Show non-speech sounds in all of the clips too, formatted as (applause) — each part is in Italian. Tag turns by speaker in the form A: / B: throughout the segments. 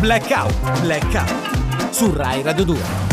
A: Blackout, Blackout su Rai Radio 2.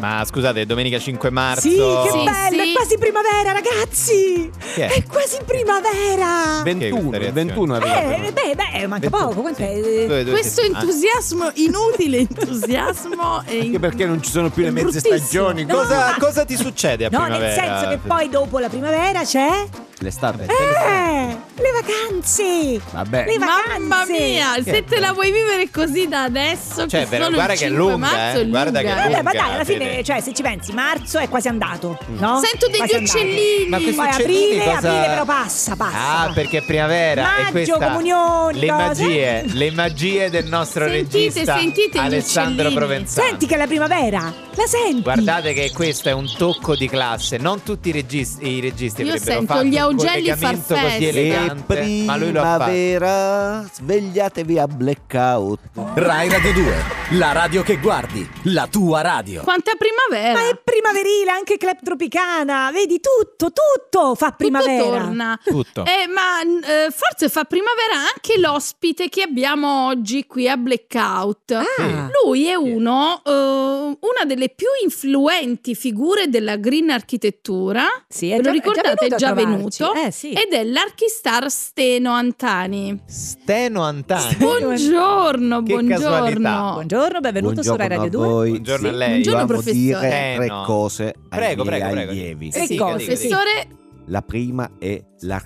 B: Ma scusate, è domenica 5 marzo.
C: Sì, che
B: Sì.
C: bello,
D: sì.
C: è quasi primavera, ragazzi!
B: Che è?
C: È quasi primavera!
B: 21,
E: 21,
B: 21
E: 21
C: Eh, beh, beh, manca poco, quanto
B: Dove-
C: è?
B: dove
D: Questo
B: siete? Ah,
D: entusiasmo, inutile entusiasmo. e in-
E: Anche perché non ci sono più le
D: È
E: mezze
D: bruttissimo.
E: stagioni.
C: No,
E: Cosa?
B: Ah, cosa, cosa ti succede a
C: No, nel
B: primavera?
C: senso che poi dopo la primavera c'è...
E: L'estate.
C: Eh, le vacanze!
E: Vabbè.
C: Le vacanze!
D: Mamma mia, se
E: Che-
D: te la vuoi vivere così da adesso,
B: Cioè,
D: che
B: per-
D: solo
B: guarda
D: il
B: che è
D: 5
B: lunga,
D: marzo
B: eh,
D: è
B: guarda che è
D: lunga.
B: lunga. Mm.
C: Vabbè, ma dai, alla
B: Fede.
C: fine, cioè, se ci pensi, marzo è quasi andato, no?
D: Eh, Sento degli
C: Quasi andato.
D: uccellini.
B: Ma questi
C: Poi
B: uccellini
C: aprile,
B: cosa-
C: aprile però passa, passa.
B: Ah, perché è primavera e
C: Maggio,
B: questa
C: comunioni,
B: le
C: cose.
B: magie, le magie del nostro
D: Sentite,
B: regista
D: sentite gli
B: Alessandro
D: uccellini.
B: Provenzano.
C: Senti che è la primavera, la senti?
B: Guardate che questo è un tocco di classe, non tutti i registi, i registi
D: Io
B: avrebbero
D: sento
B: fatto
D: gli
B: un
D: augelli
B: collegamento
D: far
B: così
D: festa.
B: elegante, ma lui lo ha fatto.
E: Primavera, svegliatevi a blackout.
A: Rai Radio 2, la radio che guardi, la tua radio.
D: Quanta primavera!
C: Ma è primaverile, anche club tropicana, vedi tutto, tutto fa primavera.
D: Tutto torna.
B: Tutto.
D: Eh, ma n- eh, forse fa primavera anche l'ospite che abbiamo oggi qui a Blackout.
C: Ah.
D: Lui è uno, eh, una delle più influenti figure della green architettura.
C: Sì,
D: Ve lo ricordate? È già
C: a trovarci.
D: venuto.
C: Eh, sì.
D: Ed è l'archistar Steno Antani.
B: Steno
C: Ah,
B: Antani.
D: Buongiorno,
B: Che casualità.
D: buongiorno.
C: Buongiorno, benvenuto su Rai
E: Buongiorno a
C: Radio 2.
E: voi.
B: Buongiorno a
D: Sì,
B: lei.
D: buongiorno,
E: Dobbiamo
D: professore.
E: dire
B: Eh,
E: tre
B: no.
E: cose
B: Prego,
E: ai
B: prego,
E: miei
B: prego.
E: allievi.
C: Tre
B: Sì,
C: cose,
B: dica, dica, dica.
D: Professore,
E: La prima è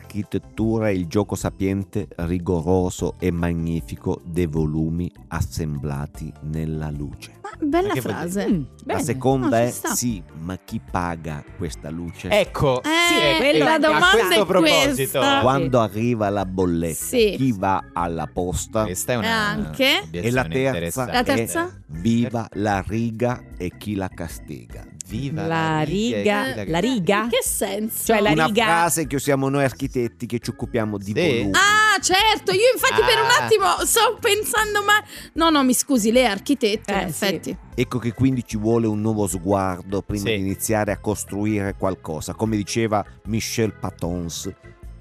E: l'architettura e il gioco sapiente, rigoroso e magnifico dei volumi assemblati nella luce.
D: ma bella
B: Ma che vuol
D: frase.
C: Mm,
E: La
C: bene.
E: seconda
D: No, Ah, ci
E: è
D: sta.
E: sì, ma chi paga questa luce?
B: Ecco,
D: Eh,
C: quella
B: ecco,
C: la domanda
B: a questo
D: è
B: proposito.
D: questa.
E: Quando arriva la bolletta,
D: Sì.
E: chi va alla posta?
B: Questa è
D: Eh,
B: una
D: anche.
E: E la terza,
D: La terza?
E: è viva la riga e chi la castiga.
B: Viva
C: La riga,
B: chi
C: la riga.
D: In che senso?
C: Cioè, la
E: Una
C: riga-
E: frase che usiamo noi architetti che ci occupiamo di
B: Sì.
E: volumi.
D: Ah, certo, io infatti per un
B: Ah.
D: attimo sto pensando, ma no, no, mi scusi, lei è architetto,
C: Eh,
D: in
C: sì.
D: effetti.
E: Ecco che quindi ci vuole un nuovo sguardo prima
B: Sì.
E: di iniziare a costruire qualcosa. Come diceva Michel Patons,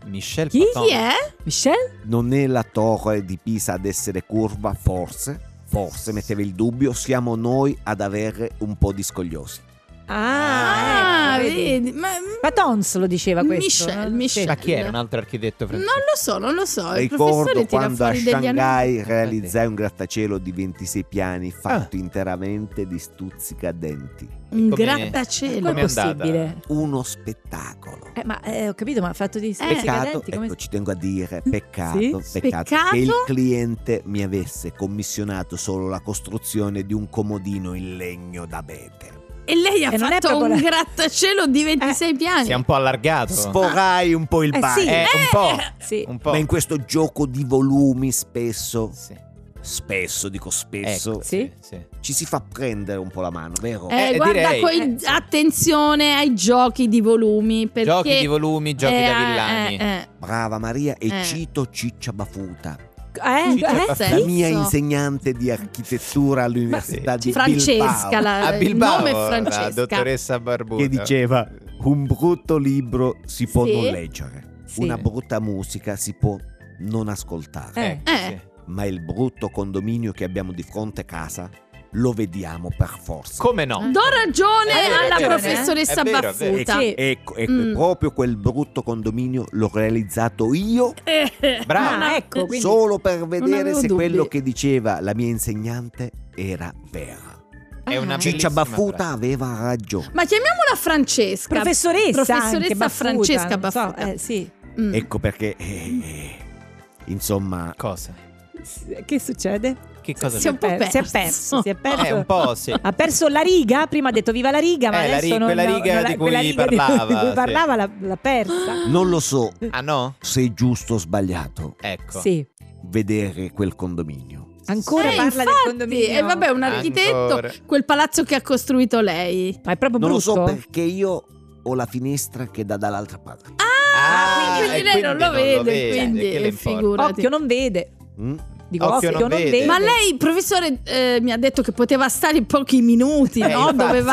B: Michel
C: Chi?
B: Patton.
D: Chi è?
C: Michelle?
E: non è la torre di Pisa ad essere curva, forse, forse metteva il dubbio, siamo noi ad avere un po' di scogliosi.
C: Ah, ecco, vedi.
D: vedi, ma
C: Patons lo diceva questo.
D: Michel,
C: no?
D: Michel.
B: Ma chi era un altro architetto
D: non
B: francese?
D: lo so, non lo so. Il
E: Ricordo
D: professore tira
E: quando a
D: fuori degli anni.
E: Shanghai realizzai un grattacielo di 26 piani fatto interamente di stuzzicadenti.
D: Un
B: Come-
D: grattacielo.
C: Come
B: Com'è
C: è possibile?
E: Uno spettacolo.
C: Eh, ma eh, ho capito, ma ha fatto di
D: Eh.
E: Peccato,
C: stuzzicadenti, come
E: ecco, ci tengo a dire, peccato,
C: Sì?
E: peccato,
D: Peccato?
E: che il cliente mi avesse commissionato solo la costruzione di un comodino in legno d'abete.
D: E lei ha
C: E non è
D: fatto un
C: proprio la-
D: grattacielo di 26 piani.
B: Si è un po' allargato.
E: Sforai un po' il
C: Eh,
E: pane,
C: sì.
B: Ah. Eh, un po'.
C: Sì.
B: Un po'.
E: ma in questo gioco di volumi spesso,
B: Sì. Ecco,
E: spesso dico spesso,
B: sì, sì.
E: ci si fa prendere un po' la mano, vero?
D: Eh,
B: Ecco. Eh,
D: guarda,
B: direi.
D: quei- attenzione ai giochi di volumi. Perché...
B: Giochi di volumi, giochi
D: eh,
B: da villani.
D: eh, eh.
E: Brava Maria e
D: Eh.
E: cito Ciccia Bafuta,
C: Eh,
B: Ciccio
C: eh,
B: Baffè.
D: Senso?
E: la mia insegnante di architettura all'Università di
D: Francesca,
E: Bilbao.
D: la,
B: A Bilbao,
D: il nome è
B: la
D: Francesca.
B: dottoressa Barbuto.
E: che diceva un brutto libro si può
D: Sì.
E: non leggere,
C: Sì.
E: una brutta musica si può non ascoltare,
C: Eh.
D: Eh.
B: sì.
E: ma il brutto condominio che abbiamo di fronte a casa lo vediamo per forza.
B: Come no?
D: Do ragione
B: Eh, hai
D: alla
B: ragione, eh.
D: professoressa
B: È vero, è vero.
D: Baffuta.
C: Sì.
E: ecco, ecco
D: Mm.
E: e proprio quel brutto condominio l'ho realizzato io
D: Eh.
B: Bravo.
C: Ah, ecco, quindi-
E: solo per vedere
D: avevo
E: se
D: dubbi.
E: quello che diceva la mia insegnante era vera.
B: È una
D: Ah.
E: Ciccia
B: bellissima
E: Baffuta
B: frase.
E: aveva ragione.
D: Ma chiamiamola Francesca.
C: professoressa,
D: Professoressa
C: anche, Baffuta,
D: Francesca
C: non so,
D: Baffuta.
C: eh, sì.
D: Mm.
E: Ecco perché, eh, eh, insomma,
B: Cosa?
C: S- Che succede?
B: Che cosa?
D: Sì, un po'
C: Eh, si è
D: perso.
C: perso, si è perso.
B: Eh, un po' sì.
C: Ha perso la riga, prima ha detto viva la riga, ma
B: Eh, la
C: adesso
B: ri-
C: non-
B: quella riga
C: non la-
B: di cui
C: quella riga di-
B: parlava,
C: di cui
B: sì.
C: parlava l'ha, l'ha persa.
E: non lo so
B: Ah no?
E: se è giusto o sbagliato
B: Ecco.
C: Sì,
E: vedere quel condominio.
C: ancora
D: Eh,
C: parla del
D: infatti,
C: condominio.
D: E vabbè, un architetto,
B: Ancora.
D: quel palazzo che ha costruito lei.
C: Ma è proprio
E: Non lo
C: brutto.
E: so perché io ho la finestra che dà dall'altra parte.
D: Ah,
B: Ah,
D: quindi
B: e
D: lei non lo vede,
B: che
D: quindi
B: le importa?
D: figurati.
C: Occhio non vede.
E: Mm?
C: Dico,
B: Occhio
C: occhio,
B: non
C: non,
B: vede.
C: vede.
D: Ma lei, professore, eh, mi ha detto che poteva stare pochi minuti,
B: Eh,
D: no?
B: infatti.
D: Doveva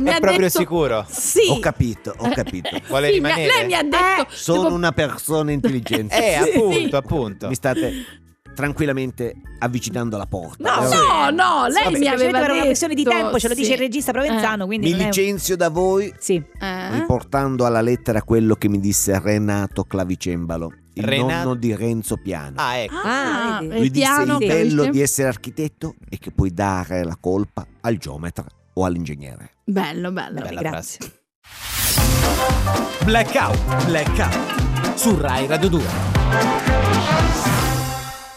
B: (laughs)
D: Mi
B: È
D: ha
B: proprio
D: detto-
B: sicuro?
D: Sì.
E: Ho capito, ho
C: (laughs)
E: capito.
B: Ecco, Vuole
D: Sì, mi ha-
B: rimanere?
D: lei mi ha detto.
E: Sono
D: tipo-
E: una persona
C: (laughs)
E: intelligente.
B: Eh,
D: Sì.
B: appunto, appunto.
E: Mi state tranquillamente avvicinando alla porta.
C: No,
E: Eh,
C: sì.
D: No, no,
C: Sì,
D: lei mi
C: semplicemente
D: aveva
C: era
D: detto.
C: una questione di tempo, ce lo dice
D: sì.
C: il regista Provenzano, quindi
E: Mi
C: non è-
E: licenzio da voi
C: Sì.
D: Eh?
E: riportando alla lettera quello che mi disse Renato Clavicembalo, il
B: Renato-
E: nonno di Renzo Piano.
B: Ah, ecco.
C: Ah, vedi.
E: Lui disse
D: piano,
E: il bello
D: capisce?
E: di essere architetto è che puoi dare la colpa al geometra o all'ingegnere.
D: Bello, bello.
B: Bella
C: grazie.
B: frase.
A: Blackout, blackout. Su Rai Radio 2.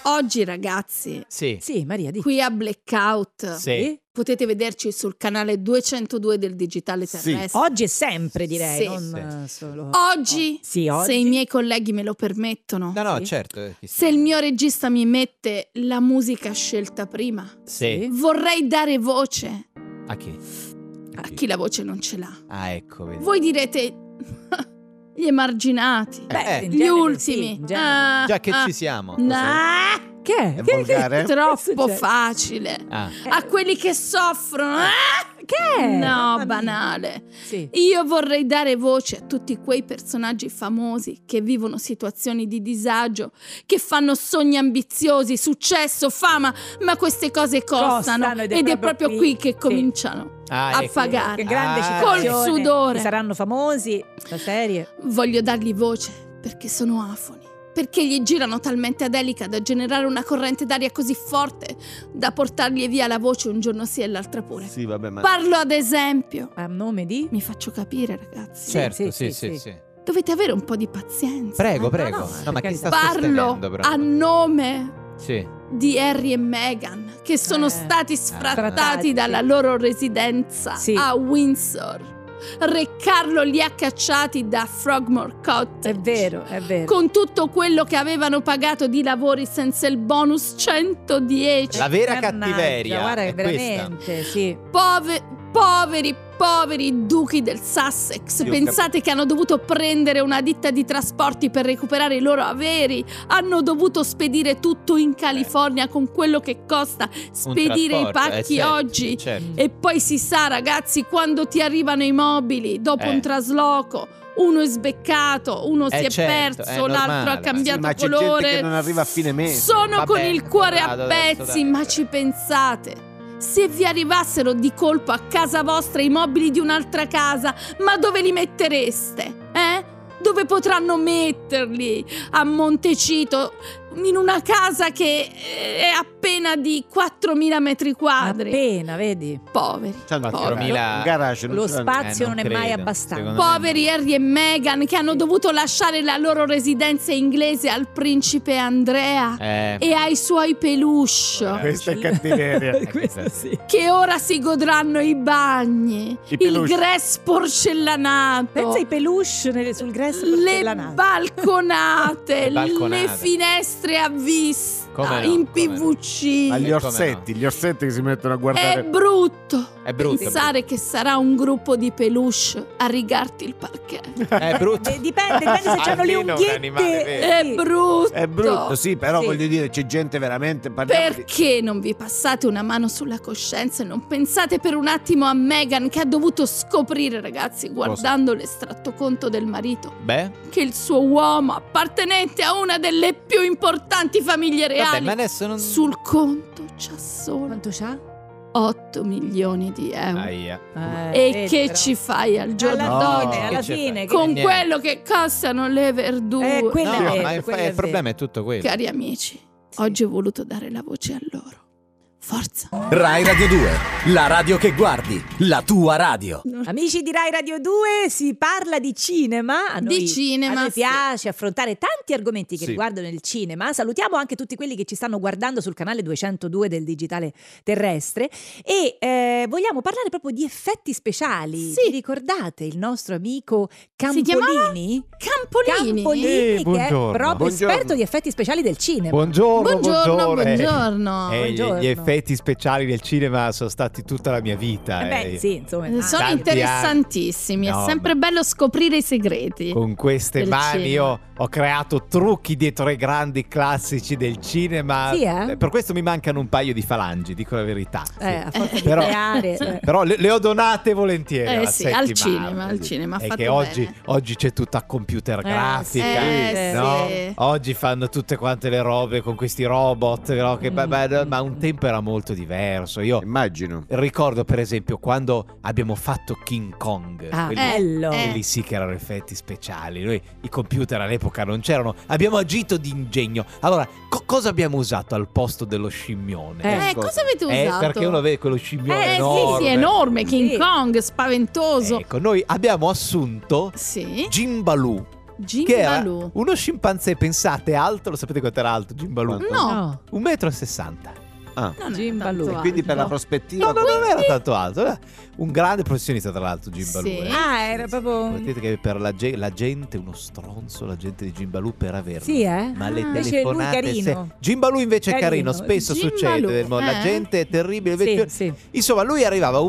D: Oggi, ragazzi,
B: Sì.
C: Sì, Maria, di
D: qui a Blackout
B: Sì.
D: potete vederci sul canale 202 del digitale
E: Sì.
D: terrestre.
C: Oggi e sempre, direi,
D: Sì.
C: non eh, solo Oh,
D: Oggi,
C: Sì,
D: se
C: oggi.
D: i miei colleghi me lo permettono,
B: No, no,
C: Sì.
B: certo. eh, chi
D: se
B: sa.
D: il mio regista mi mette la musica scelta prima,
B: Sì.
D: vorrei dare voce
B: A chi?
D: a chi la voce non ce l'ha.
B: Ah, ecco, vedi.
D: Voi direte (laughs) gli emarginati,
C: Beh,
B: Eh,
C: in
D: gli
C: genere
D: ultimi.
C: sì, in genere.
D: Ah,
B: Già che
D: ah,
B: ci siamo.
D: nah,
C: Che è?
E: È
C: Che-
E: volgare?
C: che-
D: (laughs)
C: Eh.
D: troppo
C: che-
D: facile.
B: Ah,
D: A quelli che soffrono. ah,
C: Che è? Mamma
D: no,
C: mia.
D: banale.
C: Sì.
D: Io vorrei dare voce a tutti quei personaggi famosi che vivono situazioni di disagio, che fanno sogni ambiziosi, successo, fama, ma queste cose costano,
C: Costano
D: ed, è proprio qui, che
C: sì.
D: cominciano.
B: ah,
D: a
B: ecco.
D: pagare.
C: Che grande
B: Ah,
C: citazione.
D: Col sudore.
C: Che Saranno famosi, la serie.
D: Voglio dargli voce perché sono afoni, perché gli girano talmente ad elica da generare una corrente d'aria così forte da portargli via la voce un giorno sì e l'altra pure.
E: Sì, vabbè, ma
D: Parlo ad esempio.
C: A nome di...
D: Mi faccio capire, ragazzi.
B: Certo,
C: sì,
B: sì,
C: sì,
B: sì,
C: sì.
B: sì.
D: Dovete avere un po' di pazienza.
B: Prego,
C: no,
B: prego.
C: no,
B: No, ma
C: perché
B: chi sta
D: Parlo
B: sostenendo proprio?
D: a nome
B: Sì.
D: di Harry e Meghan che sono
C: Eh,
D: stati sfrattati
C: sfrattati,
D: dalla
C: sì.
D: loro residenza
C: Sì.
D: a Windsor. Re Carlo li ha cacciati da Frogmore Cottage.
C: È vero, è vero.
D: Con tutto quello che avevano pagato di lavori senza il bonus 110.
B: La vera
C: Mannaggia,
B: cattiveria
C: Guarda,
B: è
C: veramente, sì.
D: Pove- poveri, poveri duchi del Sussex.
E: Io
D: Pensate che hanno dovuto prendere una ditta di trasporti per recuperare i loro averi. Hanno dovuto spedire tutto in California con quello che costa
B: Un
D: spedire i
B: trasporto, eh,
D: pacchi
B: certo,
D: oggi.
E: Mm.
B: certo.
D: E poi si sa, ragazzi, quando ti arrivano i mobili dopo
B: Eh.
D: un trasloco. Uno è sbeccato, uno
E: Eh,
D: si è
B: certo, è
D: perso,
B: normale,
D: l'altro ha
B: ma sì,
E: sì,
D: cambiato
E: ma c'è
D: colore.
E: gente che non arriva a fine mese.
D: Sono
B: Vabbè,
D: con il cuore a
B: vado adesso,
D: pezzi,
B: dai.
D: ma ci pensate? Se vi arrivassero di colpo a casa vostra i mobili di un'altra casa, ma dove li mettereste? Eh? Dove potranno metterli? A Montecito, in una casa che è appena di 4.000 metri quadri.
C: Appena, vedi.
D: Poveri.
E: C'è un
B: 4.000
E: garage, non
C: Lo
E: c'è-
C: spazio
B: Eh, non
C: non, è mai
B: credo,
C: abbastanza.
B: secondo
D: Poveri Harry e Meghan che hanno dovuto lasciare la loro residenza inglese al principe Andrea
B: Eh,
D: e ai suoi peluche.
E: Questa
C: (laughs)
E: è cattiveria.
C: Questo sì.
D: che ora si godranno i bagni,
E: I
D: il
E: peluche.
D: grass porcellanato.
C: Pensa ai peluche nelle- sul grass della
D: le
C: nave.
D: balconate,
B: (laughs) Le balconate.
D: le finestre a vista
B: Come no,
D: in
B: come no.
D: PVC.
B: Ma
E: Agli
B: come
E: orsetti, gli orsetti che si mettono a
D: È
E: guardare.
D: brutto,
B: È brutto,
D: pensare che sarà un gruppo di peluche a rigarti il parquet.
B: è brutto.
C: Eh, Dipende, dipende se c'hanno le
B: Almeno un
C: unghiette.
B: animale vero.
D: È brutto.
E: È brutto, sì, però
C: Sì.
E: voglio dire, c'è gente veramente. parliamo di-
D: Oh, Perché non vi passate una mano sulla coscienza e non pensate per un attimo a Meghan che ha dovuto scoprire, ragazzi, guardando l'estratto conto del marito,
B: Beh,
D: che il suo uomo, appartenente a una delle più importanti famiglie
B: vabbè,
D: reali,
B: ma adesso non...
D: sul conto c'ha solo
C: Quanto c'ha?
D: 8 milioni di euro.
B: Aia.
D: E
C: Eh,
D: che ci fai al giorno
C: alla
B: No,
C: fine,
B: che
C: alla
B: c'è
C: fine.
B: fa?
C: che-
D: con
B: niente.
D: quello che costano le verdure?
C: Eh, quello
B: No,
C: è vero,
B: ma il,
C: quello
B: il
C: è vero.
B: problema è tutto quello.
D: Cari amici, oggi ho voluto dare la voce a loro. Forza!
A: Rai Radio 2. La radio che guardi. La tua radio.
C: Amici di Rai Radio 2, si parla di cinema. A
D: Di
C: noi-
D: cinema,
C: A noi
D: sì.
C: piace affrontare tanti argomenti che
E: Sì.
C: riguardano il cinema. Salutiamo anche tutti quelli che ci stanno guardando sul canale 202 del Digitale Terrestre. E eh, vogliamo parlare proprio di effetti speciali.
D: Sì.
C: Vi ricordate il nostro amico
D: Si chiamava?
C: Campolini?
D: Campolini! Campolini.
C: Campolini,
B: Eh,
C: che è
B: buongiorno.
C: proprio
E: Buongiorno.
C: esperto di effetti speciali del cinema.
B: Buongiorno,
D: eh, Buongiorno,
B: buongiorno.
D: buongiorno.
B: Eh, gli-
C: Buongiorno.
B: Gli effetti speciali del cinema sono stati tutta la mia vita.
C: Eh beh,
B: eh.
C: sì, insomma.
D: Eh, Sono
B: Tanti anni.
D: interessantissimi, è
B: No,
D: sempre bello scoprire i segreti.
B: Con queste
D: Del
B: mani
D: cinema.
B: io ho creato trucchi dietro ai grandi classici del cinema.
C: Sì, eh?
B: Per questo mi mancano un paio di falangi, dico la verità. Sì.
C: Eh, a forza di
B: Però-
C: creare, cioè.
B: Però le, le ho donate volentieri.
D: Eh
B: alla
D: sì, al
B: settimana.
D: cinema, al cinema, ha
B: È
D: fatto
B: che oggi,
D: bene.
B: oggi c'è tutta computer grafica.
D: Eh, sì.
B: no?
D: Eh, sì.
B: Oggi fanno tutte quante le robe con questi robot. no? Che- ma- ma-
C: Mm.
B: ma un tempo era molto diverso. Io
E: Immagino.
B: ricordo, per esempio, quando abbiamo fatto King Kong.
C: Ah,
B: quelli-
C: bello.
D: eh.
B: Quelli sì che erano effetti speciali. Noi i computer all'epoca non c'erano. Abbiamo agito di ingegno. Allora, co- cosa abbiamo usato al posto dello scimmione?
D: Eh,
E: ecco.
D: cosa avete
B: Eh,
D: usato?
B: perché uno vede quello scimmione
C: Eh, sì,
B: enorme.
D: Sì, sì, enorme, King
C: Sì.
D: Kong, spaventoso.
B: Ecco, noi abbiamo assunto
D: Sì,
B: Jimbaloo, che era
D: Jimbaloo.
B: uno scimpanzé, pensate, alto, lo sapete quanto era alto Jimbaloo?
E: Quanto?
D: No,
C: No.
B: 1,60 m.
E: Ah.
D: non è
C: Jimbaloo.
D: tanto
E: Quindi per la
D: alto.
E: prospettiva
B: No, no, non era tanto alto. era Un grande professionista, tra l'altro, Jimbaloo.
D: Sì.
B: eh.
C: Ah, era proprio...
B: Guardate che per la, ge- la gente, uno stronzo, la gente di Jimbaloo per averlo.
C: Sì, eh?
B: Ma le
D: Ah.
C: Invece
B: telefonate
C: lui carino.
B: se- Jimbaloo invece è carino,
C: Carino.
B: spesso
D: Jimbaloo,
B: succede, del mo- la
D: eh.
B: gente è terribile.
C: Sì,
B: invece-
C: sì.
B: Insomma, lui arrivava a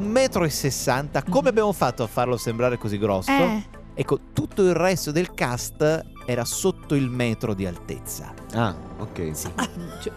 B: 1,60 m, come abbiamo fatto a farlo sembrare così grosso?
D: Eh,
B: Ecco, tutto il resto del cast era sotto il metro di altezza.
E: Ah, ok.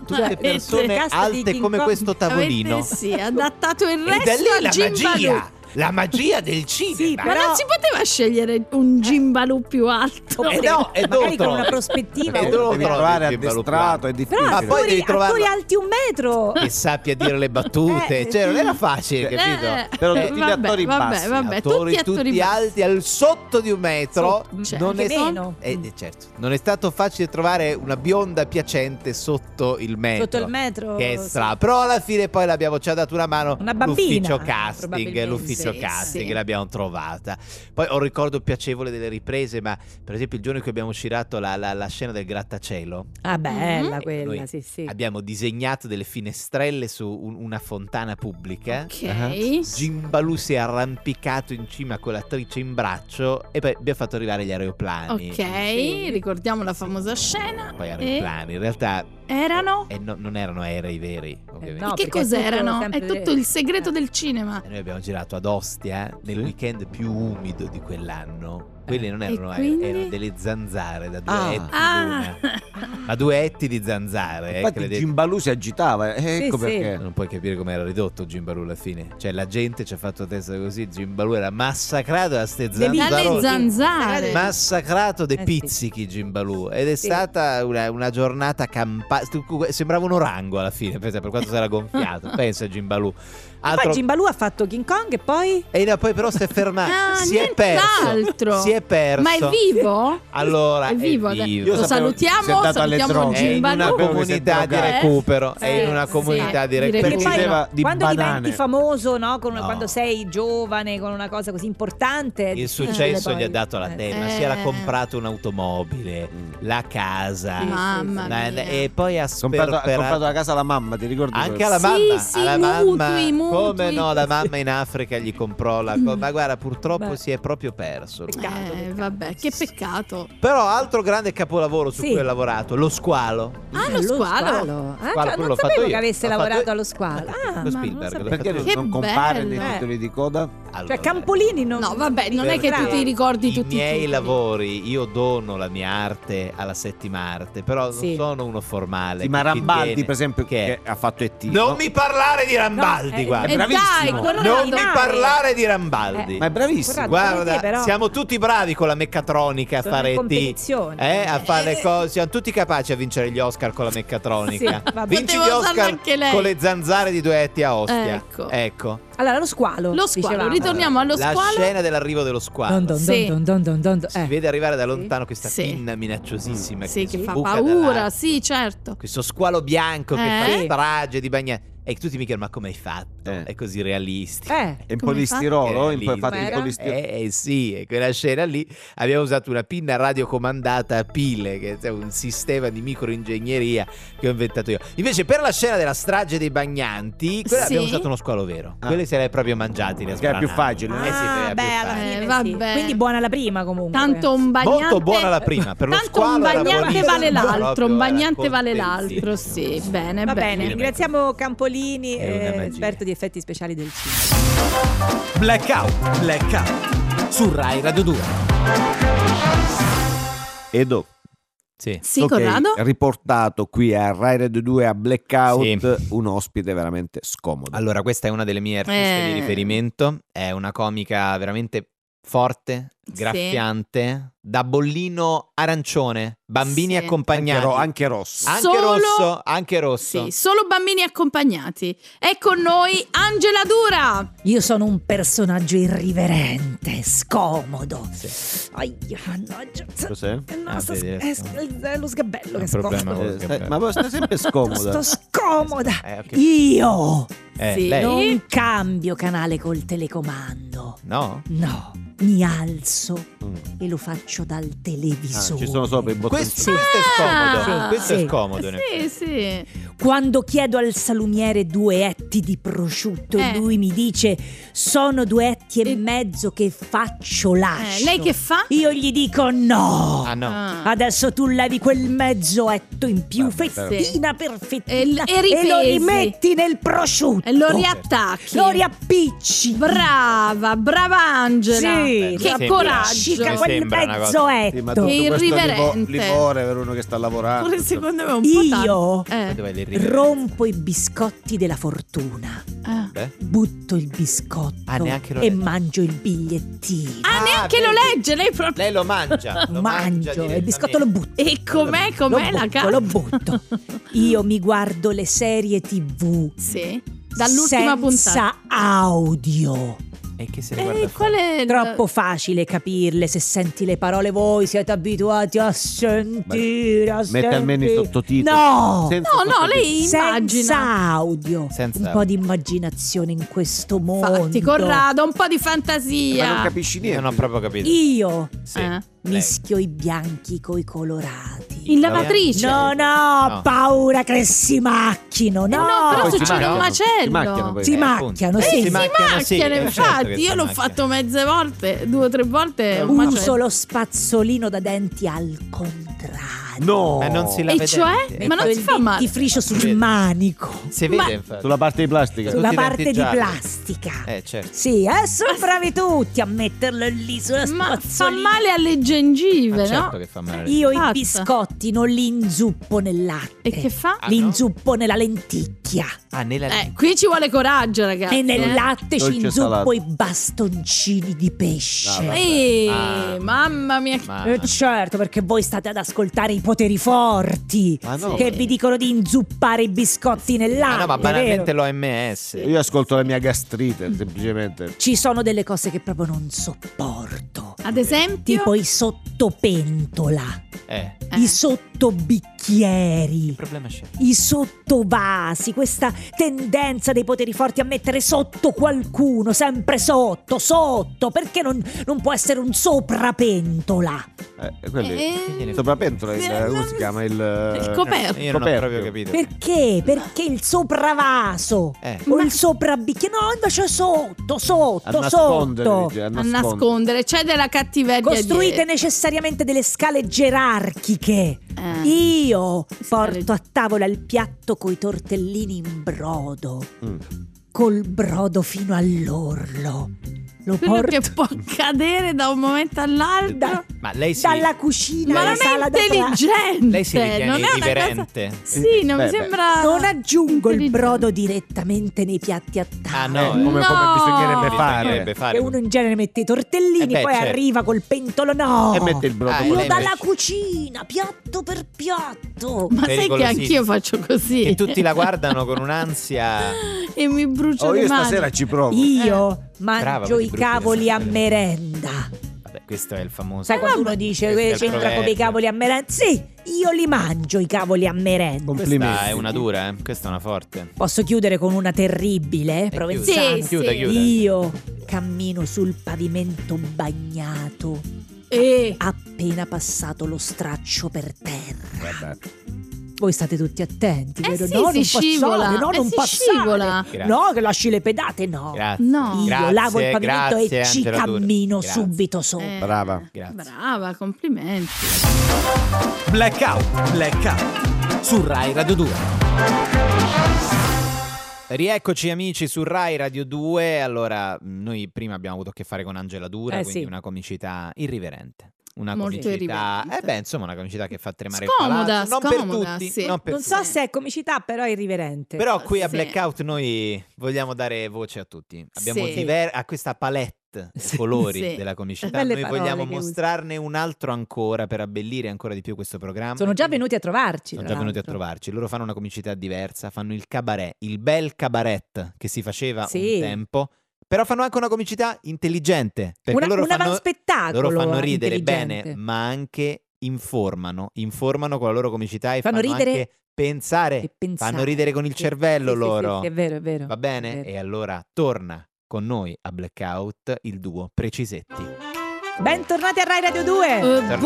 B: Tutte
C: Cioè, il
B: persone
C: cast di
B: alte
C: King
B: come
C: Kong-
B: questo tavolino.
D: avete sì, adattato il
B: Ed
D: resto
B: è lì
D: a
B: la
D: Jimbaloo.
B: magia, la magia del cinema.
D: Ma
C: Però-
D: non si poteva scegliere un Jimbaloo più alto.
B: Eh no, è
C: Magari
B: d'oltre.
C: con una prospettiva.
B: È
E: Perché
C: un-
B: dove
E: lo
B: lo
E: devi
B: trovi
E: trovare
B: il Jimbaloo
E: addestrato, è
C: Però
E: difficile. Ah,
B: Ma poi
C: attori,
B: devi trovarlo.
C: attori alti un metro.
B: che sappia dire le battute.
C: Eh,
B: cioè, non era
D: sì.
B: facile, capito?
D: Eh,
E: Però tutti gli
D: vabbè,
E: attori
D: vabbè,
E: bassi,
D: Vabbè,
B: attori
D: tutti attori
B: tutti
D: bassi.
B: alti al sotto di un metro.
C: Sotto,
D: cioè,
B: non, è
C: anche meno.
B: eh, eh, certo. non è stato facile trovare una bionda piacente sotto il metro.
C: Sotto il metro.
B: Che è strano. Però alla fine poi l'abbiamo ci ha dato una mano
C: Una bambina, eh,
B: l'ufficio
C: probabilmente,
B: casting, l'ufficio
D: sì,
B: casting
D: sì.
B: l'abbiamo trovata. Poi ho un ricordo piacevole delle riprese, ma per esempio il giorno in cui abbiamo girato la, la- la scena del grattacielo,
C: Ah, bella
B: Mm-hmm.
D: Mhm.
C: quella,
B: Noi
C: sì, sì.
B: abbiamo disegnato delle finestrelle su un- una fontana pubblica.
D: Ok.
B: Ah. Jimbaloo si è arrampicato in cima con l'attrice in braccio e poi abbiamo fatto arrivare gli aeroplani.
D: Ok, ricordiamo la famosa scena.
B: Poi
D: E
B: aeroplani, in realtà
D: erano?
B: eh, no- non erano aerei veri, ovviamente.
C: no,
D: che
C: perché è tutto
D: cos'erano? È
C: sempre-
D: tutto il segreto del cinema.
B: E Noi abbiamo girato ad Ostia eh, nel
E: Sì.
B: weekend più umido di quell'anno. Quelle non
D: Eh, E
B: erano aerei,
D: quindi?
B: erano delle zanzare da due
E: Ah.
B: etti
D: Ah,
B: l'una.
D: (laughs)
B: Ma due etti di zanzare, eh,
E: Infatti
B: credete.
E: Jimbaloo si agitava, eh,
C: Sì,
E: ecco
C: sì.
E: perché.
B: Non puoi capire com'era ridotto Jimbaloo alla fine. Cioè, la gente ci ha fatto a testa così. Jimbaloo era massacrato da ste
D: dalle
B: zanzarone.
D: zanzare.
B: Massacrato dei
C: Eh sì.
B: pizzichi Jimbaloo ed è
C: Sì.
B: stata una, una giornata campata. Sembrava un orango alla fine, pensa per quanto si era
D: (laughs)
B: gonfiato. Pensa a Jimbaloo. Altro-
C: Poi Jimbaloo ha fatto King Kong e poi...
B: E no, poi però si è fermato.
D: Ah,
B: si è perso.
D: nient'altro.
B: Si è perso.
D: Ma è vivo?
B: Allora,
D: È vivo,
B: è
D: dai.
B: vivo.
D: Lo
E: Io sapevo-
D: salutiamo,
E: si è andato alle
D: salutiamo
E: droghe.
B: È in una
E: Sapevo che
D: Jimbaloo.
E: si è
B: comunità di
D: Eh?
E: drogato.
B: recupero.
C: Sì,
B: è in una
C: eh, sì.
B: comunità di
D: Perché
B: recupero.
C: Perché
D: Perché
C: poi
E: beveva di
C: quando
E: banane.
C: diventi famoso, no? Con-
B: No.
C: quando sei giovane, con una cosa così importante. è
B: Il
C: difficile
B: successo
C: poi-
B: gli ha dato la
C: Eh,
B: terra,
D: sì.
B: si era
D: Eh.
B: comprato un'automobile,
E: Mm.
B: la casa,
C: Sì,
D: Mamma
B: la-
D: mia.
B: e poi ha
E: Comprato, ha comprato
B: sperperato
E: la casa alla mamma, ti ricordi?
B: anche
E: quello?
B: alla
D: Sì,
B: mamma,
D: sì,
B: alla
D: mutui,
B: mamma,
D: mutui.
B: come no, la mamma in Africa gli comprò la cosa, ma guarda purtroppo
C: Beh.
B: si è proprio perso. lui.
C: Peccato,
D: Eh,
C: peccato.
D: vabbè, che peccato.
B: Però altro grande capolavoro su
C: Sì.
B: cui ho lavorato, lo squalo.
D: Ah, lo squalo.
C: Ah,
B: Squalo,
C: cioè,
B: quello
C: non
B: l'ho fatto
C: sapevo
B: io.
C: che avesse
B: L'ho fatto
C: lavorato
B: io.
C: allo squalo. Ah,
B: Lo
C: ma non lo
B: Spielberg,
C: sapevo.
B: l'ho
E: Perché
B: fatto
E: non
B: io.
D: Che
E: compare nei
D: bello.
E: titoli di coda?
C: Cioè,
B: Allora,
C: Campolini non...
D: No, vabbè, non è che tu
C: Bravo.
D: ti ricordi
B: I
D: tutti i
B: miei
D: titoli.
B: lavori, io dono la mia arte alla settima arte, però non
C: Sì.
B: sono uno formale.
E: Di
B: che- che
E: Marambaldi,
B: tiene-
E: per esempio,
B: che è-
E: che, ha fatto ET.
B: Non
E: no?
B: mi parlare di Rambaldi,
C: No, eh,
B: guarda.
D: E
E: eh,
D: dai,
E: Bravissimo.
D: quello
B: non
D: era
B: mi
D: finale.
B: parlare di Rambaldi.
C: Eh,
E: Ma è bravissimo.
C: Corrado,
B: Guarda,
C: perché però-
B: siamo tutti bravi con la meccatronica a
C: Sono in
B: fare T.
C: competizione.
B: Eh, a fare le
D: Eh.
B: cose, siamo tutti capaci a vincere gli Oscar con la meccatronica.
C: Sì, vabbè.
B: Vinci gli
D: Potevo usarla
B: Oscar
D: anche lei.
B: con le zanzare di duetti a Ostia.
D: Ecco.
B: Ecco.
C: Allora, lo squalo.
D: Lo squalo,
C: dicevamo.
D: ritorniamo- Torniamo allo
B: la
D: squalo.
B: scena dell'arrivo dello squalo.
C: Don, don,
D: Sì.
C: don, don, don, don, don.
B: Si
C: Eh.
B: vede arrivare da lontano questa
D: Sì.
B: pinna minacciosissima
D: Sì,
B: che
D: che fa
B: sbuca
D: paura,
B: dalla-
D: sì, certo.
B: Questo squalo bianco che
D: Eh?
B: fa strage di bagnati. E tutti mi chiedono, ma come hai fatto?
E: Eh.
B: È così realistico.
C: Eh,
E: E un po'
C: come
E: di
C: fa?
E: stirolo,
B: Eh,
E: un po'
B: lì.
E: fatto un po'
C: Com'era?
E: di stirolo.
B: Eh, eh, sì, e quella scena lì abbiamo usato una pinna radiocomandata a pile, che è cioè un sistema di microingegneria che ho inventato io. Invece per la scena della strage dei bagnanti, quella
D: Sì.
B: abbiamo usato uno squalo vero.
E: Ah.
B: Quelli se li hai proprio mangiati, li ha
E: Che era più
B: sbranati.
E: facile.
B: Eh sì,
C: Ah,
B: era più
C: beh, alla
B: facile.
C: fine
D: Eh,
C: sì.
D: vabbè.
C: Quindi buona la prima comunque.
D: Tanto un bagnante
B: Molto buona la prima, per lo
D: Tanto
B: squalo
D: un
B: era
D: bagnante
B: buonissima.
D: vale l'altro,
B: Proprio eh,
D: un
B: era
D: bagnante vale
B: contentissimo.
D: l'altro, sì, bene,
C: Va
D: bene.
C: bene, ringraziamo Campolini,
B: È una
C: eh,
B: magia.
C: esperto di effetti speciali del cinema.
A: Blackout, blackout su Rai Radio 2.
E: Edo,
B: Sì.
D: Sì,
E: ok,
D: Corrado?
E: riportato qui a Rai Radio 2 a Blackout,
B: Sì.
E: un ospite veramente scomodo.
B: Allora, questa è una delle mie artiste di
D: Eh.
B: riferimento. È una comica veramente forte,
D: Sì.
B: graffiante, da bollino arancione, bambini
D: Sì.
E: anche,
B: accompagnati.
E: ro- anche rosso.
B: Anche
D: Solo-
B: rosso, anche rosso.
D: Sì, solo bambini accompagnati. È con noi Angela Dura.
C: Io sono un personaggio irriverente, scomodo.
B: Sì.
C: Ai, mannaggia.
E: Cos'è?
C: No,
B: Ah,
C: sto-
B: vedi,
C: è, è- è lo sgabello
B: È
C: che
B: un
C: scomodo.
B: problema.
E: Eh, stai- ma voi stai sempre scomoda.
C: Sto scomoda.
B: Eh, ok.
C: Io
B: Eh,
D: Sì.
B: lei?
C: non cambio canale col telecomando.
B: No?
C: No, mi alzo
E: Mm.
C: e lo faccio dal
E: Ah,
C: televisore.
E: ci sono sopra i
B: Questo,
E: bottoncini.
B: questo è scomodo.
D: Ah.
B: questo
C: Sì.
B: è scomodo. in effetti.
D: Sì, Eh, sì.
C: Quando chiedo al salumiere due etti di prosciutto,
D: Eh.
C: lui mi dice: Sono due etti e,
D: E-
C: mezzo che faccio
D: Eh,
C: lascio.
D: lei che fa?
C: Io gli dico Ah, no.
B: Ah no.
D: Ah.
C: Adesso tu lavi quel mezzo etto in più,
E: Vabbè, però-
C: fettina per fettina,
D: E- e ripesi.
C: lo rimetti nel prosciutto.
D: E lo riattacchi.
C: Lo riappicci.
D: Brava, brava Angela.
C: Sì,
B: Mi
D: che
B: sembra-
D: coraggio.
C: Appiccica
B: Mi
C: quel
B: sembra una cosa-
C: mezzo
E: Sì, ma
C: etto.
E: tutto questo livo-
D: Irriverente.
E: livore per uno che sta lavorando.
D: Ah, Pure secondo me è un po' tanto.
C: Io
D: Eh,
B: Dove le riprende?
C: rompo i biscotti della fortuna.
D: eh.
B: Eh?
C: Butto il biscotto
B: Ah, neanche lo
C: e
B: legge.
C: mangio il bigliettino.
D: Ah, neanche lo
B: vedi.
D: legge, lei proprio.
B: Lei lo mangia. lo mangia
C: Mangio e il biscotto lo butto.
D: E com'è, com'è
C: lo
D: la
C: butto,
D: casa?
C: lo
D: (laughs)
C: butto. Io mi guardo le serie TV
D: Sì. Dall'ultima puntata.
C: senza audio.
B: direttamente. E che se ne guarda
D: E
B: fuori?
D: qual è il-
C: Troppo facile capirle se senti le parole voi siete abituati a sentire, a
E: Mette almeno i
C: sentire.
E: sottotitoli.
C: No!
E: Senza
D: No, no,
E: sottotitoli.
D: lei immagina.
C: Senza audio.
B: Senza
C: un
B: audio.
C: po' di immaginazione in questo mondo.
D: Infatti, Corrado, un
B: Eh,
D: po' di
E: Ma non
D: fantasia.
E: capisci
B: Io
E: niente.
B: non ho proprio capito.
C: Io
B: Sì.
D: Eh.
B: Lei.
C: mischio i bianchi coi colorati.
D: In lavatrice.
C: Non ho
B: No.
C: paura che si macchino, no!
D: Eh, No, però
E: Poi si
D: succede un
E: macchiano, si macchiano
D: macello.
E: poi.
C: si
B: Eh, appunto.
C: macchiano,
B: Eh,
C: sì.
D: Eh,
B: si
D: si
B: macchiano,
D: macchiano,
B: sì, è certo che
D: infatti.
B: si
D: Io l'ho
B: macchiano.
D: fatto mezze volte, due o tre
C: Eh,
D: volte. cioè, un
C: Uso
D: macello.
C: lo spazzolino da denti al contrario.
E: No!
B: Ma non si la
D: E
B: vede.
D: cioè?
C: Eh,
D: Ma non si fa male.
C: Ti friscio sul
B: Vedi.
C: manico.
B: Si vede,
D: Ma-
B: infatti.
E: Sulla parte di plastica.
B: Tutti
C: Sulla parte di
B: denti gialli.
C: plastica.
B: Eh, certo.
C: Sì, eh, sono bravi tutti a metterlo lì sulla
D: Ma fa
C: spazzolina.
D: male alle
B: Ma
D: gengive,
B: certo
D: no?
B: che fa male.
C: Io i
D: Pazza.
C: biscotti non li inzuppo nel latte.
D: E che fa?
B: Ah,
C: Li
B: no?
C: inzuppo nella lenticchia.
B: Ah, nella
D: Eh, qui ci vuole coraggio, ragazzi.
C: e nel
D: eh.
C: latte ci
E: Dolce
C: inzuppo
E: salato.
C: i bastoncini di pesce.
E: Ah, vabbè.
D: Ehi,
B: Ah.
D: Eh, mamma mia.
B: Ma-
C: Eh, certo, perché voi state ad ascoltare i poteri forti
E: Ma no.
C: che vi dicono di inzuppare i biscotti nel latte.
B: Ah, no, ma banalmente
C: cioè, vero?
B: l'OMS.
E: Io ascolto la mia gastrite, semplicemente.
C: Ci sono delle cose che proprio non sopporto.
D: Ad esempio,
C: Tipo i sottopentola,
B: Eh, che
D: Eh.
C: i sottobicchieri.
B: problema c'è?
C: I sottovasi, questa tendenza dei poteri forti a mettere sotto qualcuno, sempre sotto, sotto, perché non, non può essere un soprapentola?
E: Eh, quelli...
D: Eh,
B: Che gliene-
E: Sopra pentola, il,
D: Eh,
E: come si chiama? Il,
D: Il
E: eh,
D: coperto.
B: Io non ho
E: Coperchio.
B: proprio capito.
C: Perché? Perché il sopravaso
B: Eh.
C: o
D: Ma-
C: il soprabicchiere? No, invece sotto,
E: a
C: sotto,
E: nascondere,
C: sotto.
E: dice, a
D: a
E: nascondere.
D: nascondere, c'è della cattiveria.
C: Costruite
D: dietro.
C: necessariamente delle scale gerarchiche.
D: Eh.
C: Io
D: Scale-
C: porto a tavola il piatto coi tortellini in brodo.
E: Mm.
C: col brodo fino all'orlo. Lo
D: Quello
C: porto
D: che può cadere da un momento all'altro.
C: da-
B: Ma lei si,
C: dalla cucina
D: Ma
C: alla
D: non
C: sala da
D: è
C: pranzo.
D: intelligente.
B: lei si ritiene
D: Eh, non è una cosa...
B: irriverente.
D: Sì, non
E: Beh,
D: mi
E: beh.
D: sembra.
C: Non aggiungo il
D: intelligente.
C: brodo direttamente nei piatti a tavola.
B: Ah,
E: Eh,
B: no, eh.
E: come, come
D: No!
E: bisognerebbe
B: Bisognerebbe
E: fare.
B: fare.
C: E uno in genere mette i tortellini,
B: Eh beh,
C: poi
B: certo.
C: arriva col pentolo. No!
E: E mette il brodo.
B: Ah,
E: con
B: eh,
C: Io
E: le
B: lei
C: dalla
B: invece-
C: cucina, piatto per piatto.
D: Ma sai che
B: Pericolosissimo.
D: anch'io faccio così.
B: Che tutti la guardano
D: (laughs)
B: con un'ansia.
D: e mi brucio
E: Oh,
D: le
E: io
D: mani.
E: stasera ci provo.
C: Io mangio
B: Brava,
C: i
B: perché brutti le
C: cavoli a
B: sandali.
C: merenda.
B: Vabbè. Questo è il famoso.
C: Sai quando uno dice
B: Questo è
C: che
B: il
C: c'entra come i
B: proverbio.
C: cavoli a merenda? Sì, io li mangio i cavoli a merenda.
E: Complimenti.
B: Questa è una dura, eh? questa è una forte.
C: Posso chiudere con una terribile,
B: È
C: Provenzano?
D: Sì,
B: Chiuda,
D: sì.
B: chiuda.
C: Io cammino sul pavimento bagnato,
D: Eh,
C: appena passato lo straccio per terra.
E: Vabbè.
C: Voi state tutti attenti,
D: eh
C: vero?
D: sì,
C: no, non
D: si
C: passate,
D: scivola.
C: no,
D: eh,
C: non
D: si
C: passate.
D: scivola.
B: Grazie.
C: No, che lasci le pedate, no.
B: Grazie.
D: No.
C: Io
B: Grazie,
C: lavo il pavimento
B: grazie,
C: e ci
B: Angela Dura.
C: cammino
B: Grazie.
C: subito sopra.
D: Eh,
E: Brava.
B: Grazie.
D: Brava, complimenti.
A: Blackout, blackout su Rai Radio 2.
B: Rieccoci amici su Rai Radio 2. Allora, mh, noi prima abbiamo avuto a che fare con Angela Dura,
C: Eh,
B: quindi
C: sì.
B: una comicità irriverente. Una
D: Molto
B: comicità,
D: irriverente.
B: eh beh, insomma, una comicità che fa tremare
D: Scomoda,
B: il palazzo. Non
D: scomoda,
B: per tutti,
D: sì.
B: non per
C: Non
B: tutti.
C: so se è comicità, però è irriverente.
B: Però qui a
D: Sì.
B: Blackout noi vogliamo dare voce a tutti. Abbiamo
D: Sì.
B: diver- a questa palette di
C: Sì.
B: colori
D: Sì.
B: della comicità.
C: Belle
B: Noi
C: parole
B: vogliamo
C: che usi.
B: mostrarne un altro ancora per abbellire ancora di più questo programma.
C: Sono già venuti a trovarci.
B: Sono
C: tra
B: già venuti a
C: l'altro.
B: trovarci. Loro fanno una comicità diversa, fanno il cabaret, il bel cabaret che si faceva
C: Sì.
B: un tempo. Però fanno anche una comicità intelligente. Perché
C: Una-
B: loro
C: un
B: fanno,
C: avanspettacolo eh,
B: loro fanno ridere
C: intelligente.
B: bene, ma anche informano. Informano con la loro comicità e
C: Fanno
B: fanno,
C: ridere
B: anche pensare.
C: E pensare.
B: Fanno ridere con il
C: Sì,
B: cervello
C: sì, sì,
B: loro.
C: sì, è vero, è vero.
B: Va
C: È
B: bene?
C: vero.
B: E allora torna con noi a Blackout il duo Precisetti. Eh.
C: Bentornati a Rai Radio 2.
D: Eh, buongiorno,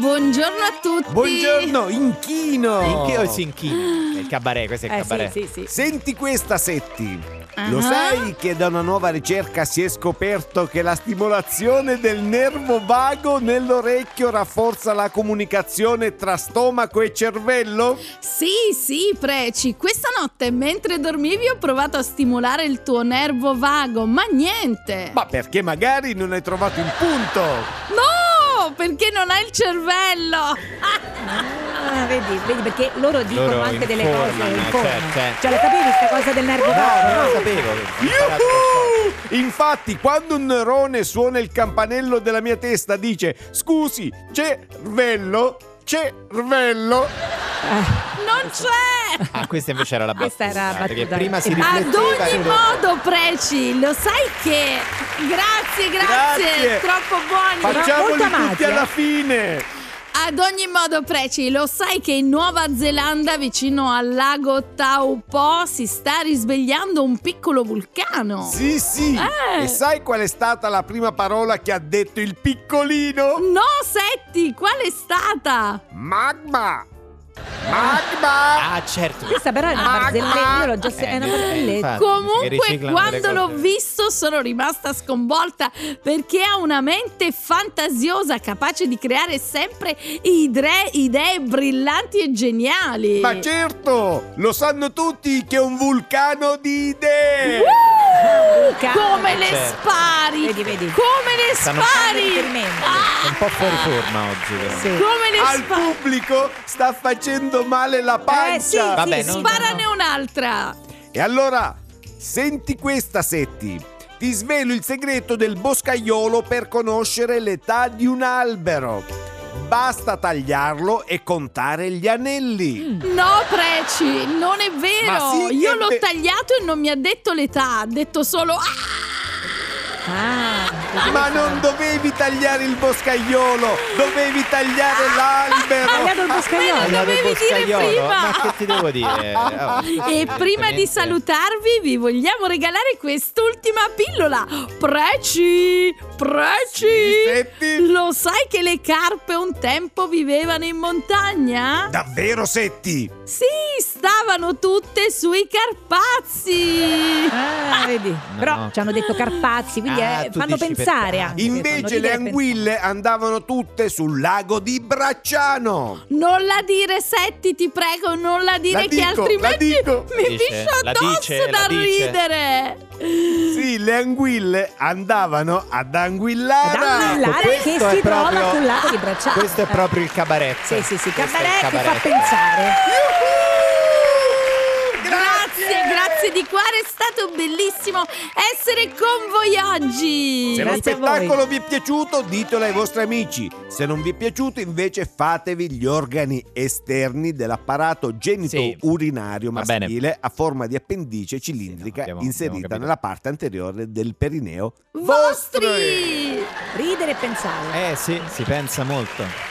D: buongiorno a tutti.
E: Buongiorno, inchino.
B: Inchino e Sinchino. È il cabaret, questo è il
C: eh,
B: cabaret.
C: sì, sì, sì.
E: Senti questa, Setti.
D: Ah.
E: Lo sai che da una nuova ricerca si è scoperto che la stimolazione del nervo vago nell'orecchio rafforza la comunicazione tra stomaco e cervello?
D: Sì, sì, Preci, questa notte mentre dormivi ho provato a stimolare il tuo nervo vago, ma niente.
E: Ma perché magari non hai trovato il punto?
D: No, perché non hai il cervello.
C: Ah, vedi, vedi, perché loro dicono
B: Loro
C: anche delle
B: informano,
C: cose.
B: eh,
C: informano.
B: certo.
C: Cioè, la sapevi sta cosa del nervo
B: No, non
C: vago?
B: lo
C: no?
B: sapevo.
E: Yuhu! Infatti, quando un neurone suona il campanello della mia testa dice "Scusi, cervello, cervello".
C: Eh,
D: Non c'è!
B: Ah, questa invece era la
C: Questa
B: battuta.
C: era la
B: Perché
C: battuta.
B: prima si
C: Ad
D: Ad
B: rifletteva.
D: ogni
B: sulle-
D: modo, Preci, lo sai che. Grazie, grazie,
E: Grazie.
D: troppo buoni. eh.
E: Facciamoli
C: molto amati,
E: tutti
C: eh.
E: alla fine.
D: Ad ogni modo, Preci, lo sai che in Nuova Zelanda, vicino al lago Taupo, si sta risvegliando un piccolo vulcano.
E: Sì, sì.
D: Eh.
E: E sai qual è stata la prima parola che ha detto il piccolino?
D: No, Setti, qual è stata?
E: Magma. Magma.
B: Ah, certo.
C: Questa però è una
E: Ah,
C: barzelletta.
E: ah,
C: Io l'ho già se-
B: Eh,
C: è una
B: eh,
C: barzelletta.
B: infatti, perché
D: Comunque,
B: riciclano delle
D: quando l'ho
B: cose.
D: visto, sono rimasta sconvolta perché ha una mente fantasiosa, capace di creare sempre idre- idee brillanti e geniali.
E: Ma certo, lo sanno tutti che è un vulcano di idee.
C: Vulcano.
D: Come le
B: Certo.
D: spari!
C: Vedi, vedi.
D: Come le
B: Stanno
C: facendo
D: spari!
C: riferimento.
D: Ah!
B: È un po' fuori forma oggi, però.
C: Sì.
D: Come le
E: Al
D: spari!
E: pubblico sta facendo male la pancia.
C: Eh, sì,
B: Vabbè,
C: sì,
B: non-
C: sì.
D: Sparane un'altra!
E: E allora, senti questa, Setti. Ti svelo il segreto del boscaiolo per conoscere l'età di un albero. Basta tagliarlo e contare gli anelli.
D: No, Preci, non è vero!
E: Ma sì,
D: Io
E: che
D: l'ho
E: ve-
D: tagliato e non mi ha detto l'età, ha detto solo. "Ah!"
C: Ah,
E: Ma non dovevi tagliare il boscaiolo, dovevi tagliare l'albero.
C: tagliato il
D: Ma
C: boscaiolo.
D: lo
B: Allora,
D: dovevi dire
B: Boscaiolo,
D: prima.
B: Ma che ti devo
C: (laughs)
B: dire? Oh,
D: E
B: evidentemente-
D: prima di salutarvi vi vogliamo regalare quest'ultima pillola. Preci! Preci!
E: Setti?
D: Lo sai che le carpe un tempo vivevano in montagna?
E: Davvero Setti?
D: Sì, stavano tutte sui Carpazzi.
C: Ah, vedi. Però
B: no.
C: ci hanno detto Carpazzi, quindi
B: Ah,
C: eh,
B: tu
C: fanno
B: dici
C: pensare
B: perché.
C: anche. fanno
E: Invece
C: ridere
E: le
C: e pensare.
E: anguille andavano tutte sul lago di Bracciano.
D: Non la dire, Setti, ti prego, non la dire
E: La
D: che
E: dico,
D: altrimenti
E: la dico.
D: mi
B: Dice,
D: piscio
B: la
D: addosso
B: dice,
D: da
B: la dice.
D: ridere.
E: Sì, le anguille andavano ad anguillare.
C: Ad anguillare
B: Ecco,
C: che
B: questo
C: si
B: è
C: trova
B: proprio-
C: sul lago di Bracciano.
B: Questo è proprio il cabaret.
C: Sì, sì, sì,
B: Questo è il
C: cabaret che fa
B: cabaret.
C: pensare.
E: Yuhu!
D: Grazie, grazie di cuore, è stato bellissimo essere con voi oggi.
E: Se lo
C: Grazie a voi.
E: spettacolo vi è piaciuto, ditelo ai vostri amici. Se non vi è piaciuto, invece, fatevi gli organi esterni dell'apparato genito-urinario
B: Va
E: maschile a forma di appendice cilindrica
B: abbiamo- abbiamo
E: inserita
B: capito.
E: nella parte anteriore del perineo.
D: vostri! Eh.
C: Ridere e pensare.
B: Eh sì, si pensa molto.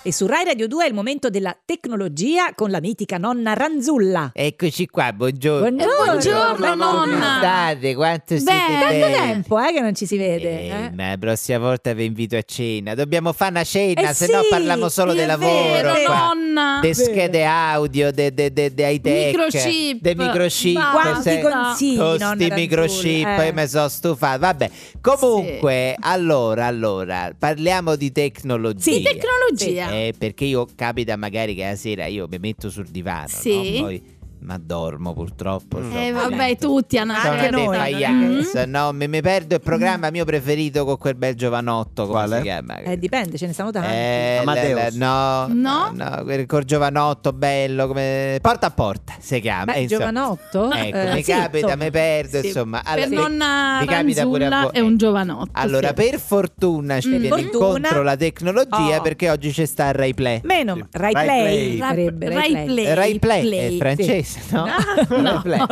C: E su Rai Radio 2 è il momento della tecnologia con la mitica nonna Ranzulla.
B: Eccoci qua, buongiorno.
D: Eh, buongiorno, nonna.
B: State, quanto siete
D: tanto
B: belli.
C: Tanto tempo eh, che non ci si vede.
B: Eh,
C: eh.
B: Ma la prossima volta vi invito a cena. Dobbiamo fare una cena,
C: Eh
B: se no
C: sì,
B: parliamo solo
C: è
B: del lavoro.
C: vero,
B: qua.
D: nonna.
B: De schede audio, de, de, de, de high tech,
D: Microchip.
B: de microchip,
D: Basta.
B: se-
C: Quanti
D: con-
C: consigli, nonna
B: Tosti
C: Ranzulla,
B: microchip,
C: eh.
B: poi mi sono stufato. Vabbè, comunque, allora, allora, parliamo di tecnologia.
D: Sì, tecnologia.
B: Eh, perché io capita magari che la sera io mi metto sul divano,
D: Sì.
B: no? Poi, ma dormo purtroppo. sono
D: Eh,
B: malato.
D: vabbè, tutti hanno Mm?
B: Sono
C: Anche
B: una
C: noi,
B: defiance, no? Mi, mi perdo il programma mio preferito con quel bel giovanotto. Come
E: Quale?
B: si chiama?
C: Mm. Eh, dipende, ce ne stanno tanti.
B: Eh,
E: Amadeus.
B: la- la- no,
D: No?
B: no, quel col giovanotto bello come porta a porta si chiama.
C: Beh,
B: eh, insomma.
C: giovanotto?
B: Ecco,
C: Eh,
B: mi
C: sì,
B: capita,
C: insomma.
B: mi perdo,
D: Sì.
B: insomma.
D: Per
B: Allora,
D: nonna
B: mi capita pure a
D: Ranzulla
B: voi.
D: è un giovanotto.
B: Allora,
D: sì.
B: per fortuna ci
D: Mm.
B: viene
C: Fortuna.
B: incontro la tecnologia
C: Oh.
B: perché oggi c'è sta Rai Play.
C: Meno ma- Rai
E: Rai
C: Play.
E: Play.
D: Ra-
C: sarebbe, Rai Play.
D: Play,
B: Rai Play, eh,
D: Play.
B: è francese,
C: (laughs)
B: no?
D: No.
B: (laughs) Rai Play.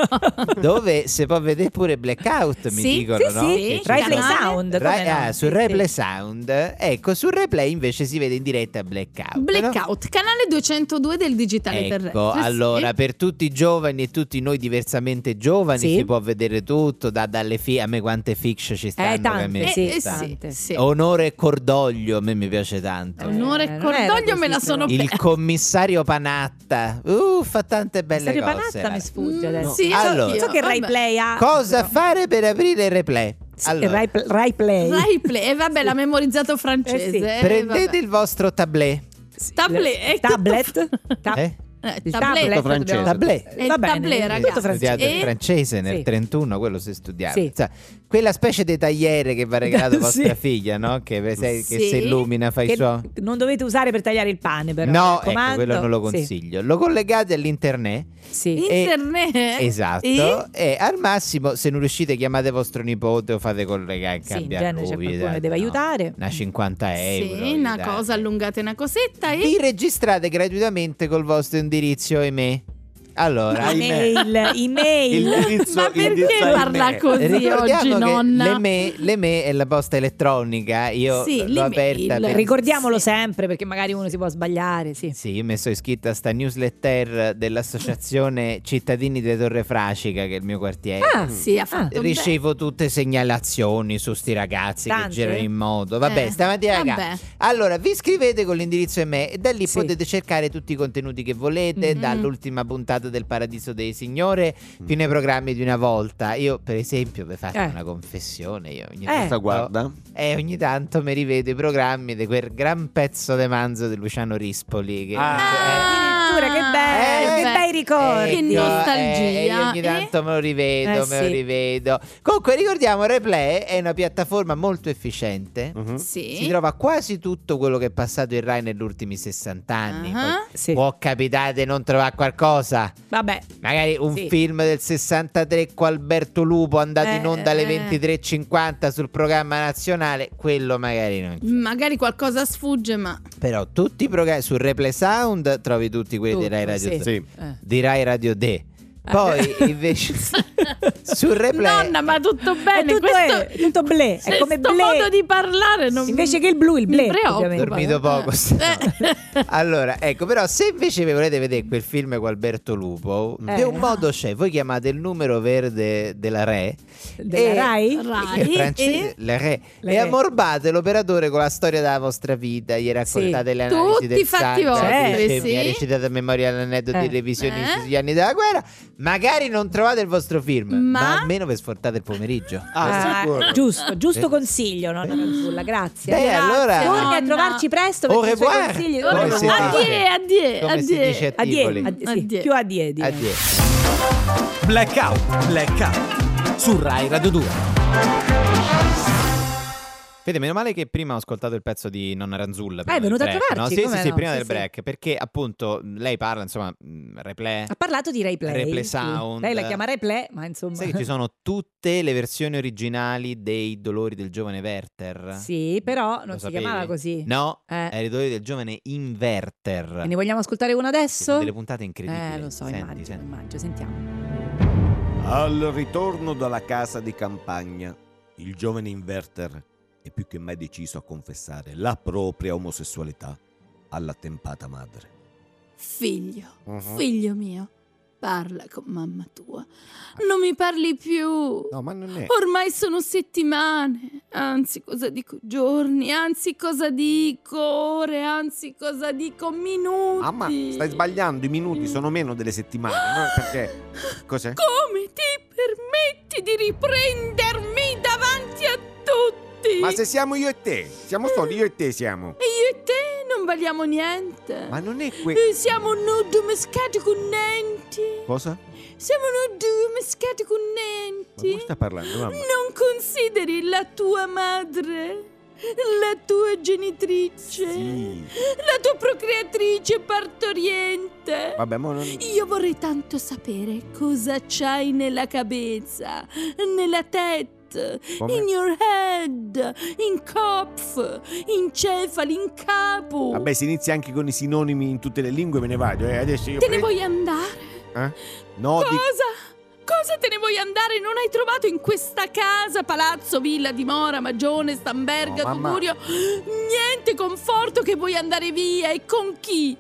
B: Dove si può vedere pure Blackout, mi
D: Sì,
B: dicono,
C: Sì,
B: no?
C: sì,
B: Che ci
C: Rai
B: sta-
C: Play
D: canale.
C: Sound.
B: Rai-
C: come no?
B: ah, sul
C: Sì,
B: Rai
C: sì.
B: Play Sound. Ecco, sul Rai Play invece si vede in diretta Blackout. no?
D: Blackout, canale 202 del digitale terrestre.
B: Ecco,
C: Eh,
D: sì. Eh,
B: allora per tutti i giovani e tutti noi diversamente giovani
C: Sì.
B: si può vedere tutto, da- dalle fi- a me quante fiction ci stanno. che
C: tante,
B: a me
D: Eh,
C: sì,
D: eh,
B: sta.
D: sì,
C: tante.
D: sì.
B: Onore e cordoglio, a me mi piace tanto.
C: Eh,
D: Onore e
C: non era
D: cordoglio me la
C: così,
D: sono
C: però.
B: Il
D: persa.
B: commissario Panatta, uh, fa tante belle
C: Sario
B: cose.
C: Panatta mi
B: guarda.
C: sfugge
D: Mm,
C: adesso.
D: sì,
C: So-
B: Allora.
C: so, che Rai
D: Vabbè.
C: Play ha...
B: Cosa
C: però-
B: fare per aprire il replay?
C: Sì, Rai, Rai Play.
D: Rai Play, eh, vabbè, l'ha memorizzato
C: Eh sì.
D: francese. eh,
B: prendete
D: vabbè.
B: il vostro tablet.
C: Sì.
D: Tablet, è tutto-
C: Eh, Tablet. Ta-
B: eh?
D: Eh,
C: Il
D: tablet.
C: tablet
E: francese.
C: dobbiamo-
B: Tablet.
D: È il
C: Va bene,
D: tablet,
C: tutto
D: ragazzi.
B: studiato
D: E-
B: il francese nel
C: Sì.
B: 31, quello si studiava.
C: Sì.
B: Sa, quella specie di tagliere che va regalato
C: (laughs) Sì.
B: vostra figlia, no? Che, che se- che
D: Sì.
B: si illumina, fa i
C: Che
B: suoni.
C: non dovete usare per tagliare il pane, però.
B: No,
C: mi raccomando.
B: ecco, quello non lo
C: Sì,
B: consiglio. Lo collegate all'internet.
C: sì.
B: E-
D: Internet.
B: Esatto.
D: E?
B: E? al massimo, se non riuscite, chiamate vostro nipote o fate collegare in
C: Sì, in
B: cambio a
C: genere c'è
B: lui,
C: qualcuno
B: dai,
C: che deve
B: no.
C: aiutare.
B: Una 50 euro.
D: Sì,
B: gli
D: una
B: date.
D: cosa, allungate una cosetta e...
B: Vi registrate gratuitamente col vostro indirizzo email. Allora, (laughs)
C: Email, email.
D: Ma perché parla così
B: Ricordiamo
D: oggi,
B: che
D: nonna?
B: l'eme- l'eme è la posta elettronica. Io
D: Sì,
B: l'ho
D: l'email.
B: aperta. Per...
C: Ricordiamolo
D: Sì.
C: sempre perché magari uno si può sbagliare, sì.
B: Sì, io mi sono iscritta a sta newsletter dell'associazione Cittadini di Torre Fracica, che è il mio quartiere.
C: Ah,
D: Sì, ha fatto bene.
B: Ricevo tutte segnalazioni su sti ragazzi
C: Tante?
B: che girano in moto. Vabbè,
D: Eh,
B: stamattina
D: vabbè.
B: ragazzi. Allora, vi iscrivete con l'indirizzo email e da lì
C: Sì.
B: potete cercare tutti i contenuti che volete,
D: Mm.
B: dall'ultima puntata del Paradiso dei Signore fino ai programmi di una volta. Io, per esempio, vi faccio
C: Eh.
B: una confessione. Io ogni
C: Eh.
B: tanto,
E: Questa guarda.
B: eh, ogni tanto mi rivedo i programmi di quel gran pezzo de manzo di Luciano Rispoli. Che
E: Ah.
B: Eh,
C: Addirittura, che bello,
B: eh,
C: Ah, che
B: beh.
C: bei ricordi.
D: Ah, Che
B: Ecco,
D: nostalgia,
B: eh, io ogni
D: eh?
B: tanto me lo rivedo,
C: Eh,
B: me lo
C: sì.
B: rivedo. Comunque ricordiamo, Replay è una piattaforma molto efficiente.
C: mm,
E: Mhm.
D: Sì.
B: Si trova quasi tutto quello che è passato in Rai negli ultimi 60 anni. Poi
D: Ah.
C: Sì.
B: Può capitare di non trovare qualcosa.
C: Vabbè,
B: Magari un
C: Sì.
B: film del 63 con Alberto Lupo andato in
D: Eh,
B: onda alle
D: eh.
B: 23.50 sul programma nazionale, quello magari non c'è.
D: Magari qualcosa sfugge, ma...
B: Però tutti i programmi su Replay Sound trovi tutti quelli di
C: Tutto,
B: Rai Radio
C: sì.
B: 2
E: Sì.
C: eh.
B: di Rai Radio D. Poi
C: (laughs)
B: invece sul replay
D: Nonna, ma tutto
C: È
D: bene.
C: tutto,
D: questo...
C: è, tutto blè, è
D: questo
C: come blè.
D: modo di parlare non
C: Invece che il blu, il
D: mi
C: blè,
D: preoccupa.
B: ho
C: ovviamente.
B: dormito poco.
D: Eh.
B: stanotte.
C: Eh.
B: (laughs) allora, ecco, però se invece vi volete vedere quel film con Alberto Lupo,
C: Eh.
B: c'è un modo c'è, voi chiamate il numero verde della Re
C: Della
B: e- (laughs)
C: Rai?
B: che è
D: Rai
B: francese,
D: e...
B: la Re,
C: La
B: e
C: Re.
B: ammorbate l'operatore con la storia della vostra vita, gli raccontate le analisi
D: Tutti
B: del
D: fatti
B: sangue,
C: vostri,
B: la glicemia,
D: sì.
B: recitate a memoria l'aneddoto di
C: Eh.
B: revisioni
D: Eh.
B: sugli anni della guerra, magari non trovate il vostro film, ma,
D: Ma?
B: almeno vi sfortate il pomeriggio.
E: Ah,
C: Ah,
E: sicuro.
C: giusto, giusto
B: Eh.
C: consiglio, nonna Ranzulla, grazie.
B: Beh, allora-
C: torni a
D: Nonna.
C: trovarci presto perché
B: Au
C: i suoi
B: revoir.
C: consigli
B: Come
D: Allora,
B: si dice?
D: Eh, addio, addio,
B: Come si
D: addio.
B: dice a
C: a die,
B: Tivoli?
C: a die, sì,
D: Addio.
C: più a die, direi.
B: Addio.
A: Blackout, blackout su Rai Radio 2.
B: Vede, meno male che prima ho ascoltato il pezzo di Nonna Ranzulla.
C: Ah,
B: prima
C: è
B: del
C: venuta a
B: break,
C: trovarci,
B: No? Sì,
C: come
B: sì, sì,
C: no?
B: prima
C: Sì,
B: del
C: sì.
B: break, perché appunto lei parla, insomma, mh, replay.
C: Ha parlato di Replay.
B: Replay
C: sì.
B: Sound.
C: Lei la chiama Replay, ma insomma.
B: Sai che ci sono tutte le versioni originali dei Dolori del giovane Werther?
C: Sì, però
B: Lo
C: non si
B: sapevi?
C: chiamava così.
B: No,
C: Eh.
B: è i Dolori del giovane Inverter.
C: E ne vogliamo ascoltare una
B: Ci
C: adesso?
B: sono delle puntate incredibili.
C: eh, lo so,
B: Senti,
C: immagino,
B: senti.
C: immagino, sentiamo.
E: Al ritorno dalla casa di campagna, il giovane Inverter è più che mai deciso a confessare la propria omosessualità alla tempata madre.
D: Figlio,
B: Mhm.
D: figlio mio, parla con mamma tua. Non mi parli più.
E: No, ma non è.
D: Ormai sono settimane, anzi cosa dico giorni, anzi cosa dico ore, anzi cosa dico minuti. Mm.
E: Mamma, Ah, stai sbagliando, i minuti sono meno delle settimane, no? Perché cos'è?
D: Come ti permetti di riprendermi davanti a tutti?
E: Ma se siamo io e te, siamo soli io e te siamo.
D: E io e te non valiamo niente.
E: Ma non è que
D: Eh, Siamo noi due mescati con niente.
E: cosa?
D: Siamo noi due mescati con
E: Ma come
D: niente.
E: sta parlando, mamma?
D: Non consideri la tua madre, la tua genitrice,
E: Sì.
D: la tua procreatrice partoriente.
E: Vabbè, ma non
D: Io vorrei tanto sapere cosa c'hai nella cabeza, nella testa,
E: Come?
D: in your head, in copf, in cefali, in capo.
E: Vabbè, si inizia anche con i sinonimi in tutte le lingue, me ne vado, eh. Adesso io
D: Te ne
E: prendo-
D: vuoi andare?
E: No, di
D: Cosa? Cosa te ne vuoi andare? Non hai trovato in questa casa, palazzo, villa, dimora, magione, stamberga,
E: No, mamma.
D: tugurio niente conforto che vuoi andare via e con chi?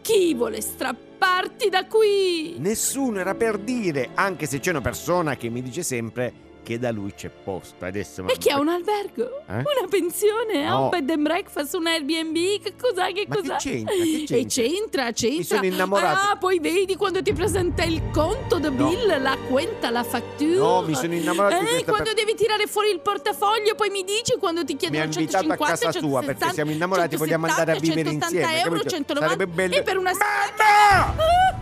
D: Chi vuole strapparti da qui?
E: Nessuno era per dire, anche se c'è una persona che mi dice sempre che da lui c'è posto. Adesso
D: E chi ha un albergo?
E: Eh?
D: Una pensione? Ha
E: No.
D: un bed and breakfast? Un Airbnb? Che cos'è? Che
E: Ma che
D: cos'è?
E: c'entra? Che
D: E c'entra, c'entra.
E: Mi sono innamorato.
D: Ah, poi vedi quando ti presenta il conto de
E: No.
D: bill, la cuenta, la fattura.
E: No, mi sono innamorato di
D: Eh,
E: questa
D: quando
E: persona.
D: devi tirare fuori il portafoglio, poi mi dici quando ti
E: Mi
D: chiedono
E: ha invitato a
D: 150,
E: casa sua
D: 160,
E: perché siamo innamorati, vogliamo
D: 170,
E: andare a vivere
D: 180
E: insieme.
D: euro,
E: capito?
D: 190
E: Sarebbe bello.
D: e per una
E: Mamma! Ah!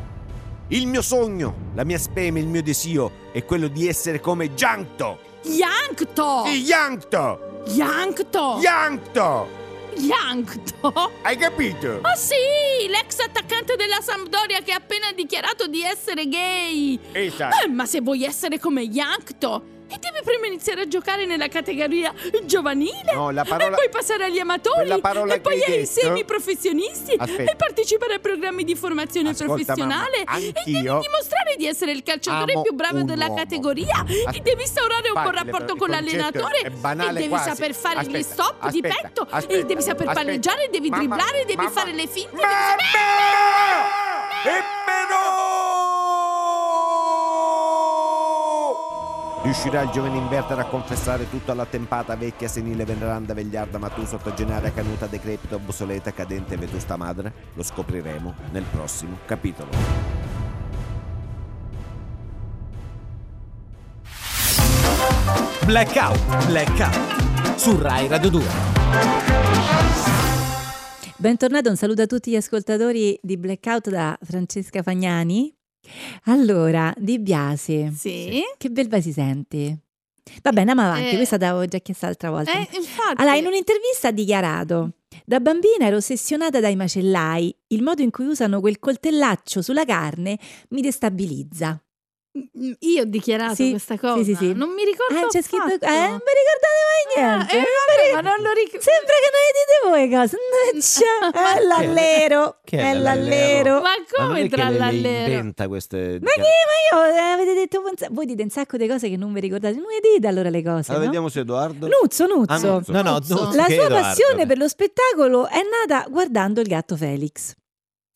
E: Il mio sogno, la mia speme, il mio desio è quello di essere come Giancto.
D: Yankto!
E: Sì, Giancto!
D: Yankto!
E: Giancto!
D: Yankto!
E: Hai capito?
D: Oh sì, l'ex attaccante della Sampdoria che ha appena dichiarato di essere gay.
E: Esatto.
D: Eh, ma se vuoi essere come Yankto, e devi prima iniziare a giocare nella categoria giovanile.
E: No, la
D: E
E: parola...
D: poi passare agli amatori
E: Quella parola
D: e poi
E: che hai
D: ai
E: detto-
D: semiprofessionisti
E: Aspetta.
D: e partecipare a programmi di formazione
E: Ascolta, mamma,
D: professionale e devi
E: anch'io
D: dimostrare di essere il calciatore
E: amo
D: più bravo
E: un
D: della
E: uomo.
D: categoria e
E: As-
D: devi instaurare un buon rapporto
E: Facile, però il
D: con
E: concetto
D: l'allenatore
E: è banale
D: e devi
E: quasi.
D: saper fare gli
E: Aspetta,
D: stop di
E: aspetta,
D: petto e
E: aspetta,
D: devi saper
E: aspetta.
D: palleggiare, devi
E: Mamma,
D: dribblare, devi
E: mamma.
D: fare le finte, devi
E: Mamma! E però! Riuscirà il giovane inverter a confessare tutto alla tempata vecchia, senile, veneranda, vegliarda, matù, sottogenaria, canuta, decrepita, obsoleta, cadente e vetusta madre? Lo scopriremo nel prossimo capitolo.
A: Blackout, blackout su Rai Radio 2.
F: Bentornato, un saluto a tutti gli ascoltatori di Blackout da Francesca Fagnani. Allora, Di Biasi,
D: Sì.
F: che belva si sente? Va bene, andiamo avanti,
D: Eh.
F: questa l'avevo già chiesta l'altra volta.
D: Eh, infatti.
F: Allora, in un'intervista ha dichiarato: Da bambina ero ossessionata dai macellai. Il modo in cui usano quel coltellaccio sulla carne mi destabilizza.
D: Io ho dichiarato
F: Sì,
D: questa cosa.
F: sì, sì.
D: Non mi ricordo.
F: Eh, c'è scritto. Eh, non vi
D: affatto.
F: ricordate mai niente?
D: Ah, eh, vabbè, ma
F: Non vi-
D: non lo ricordo.
F: Sembra che non le dite voi
D: (laughs)
F: cose. Mannaggia, È l'allero.
B: Che è
F: È
B: l'allero? Eh,
F: l'allero.
D: Ma come tra l'allero?
E: queste...
F: Ma che? Ma io eh, avete detto. un sa- Voi dite un sacco di cose che non vi ricordate. Non le dite allora le cose. no?
E: se Edoardo...
F: Nuzzo,
E: Ah,
F: Nuzzo.
E: Nuzzo.
B: No, no,
D: Nuzzo.
B: Nuzzo
F: La
B: che
F: sua
B: Edoardo.
F: passione per lo spettacolo è nata guardando il gatto Felix.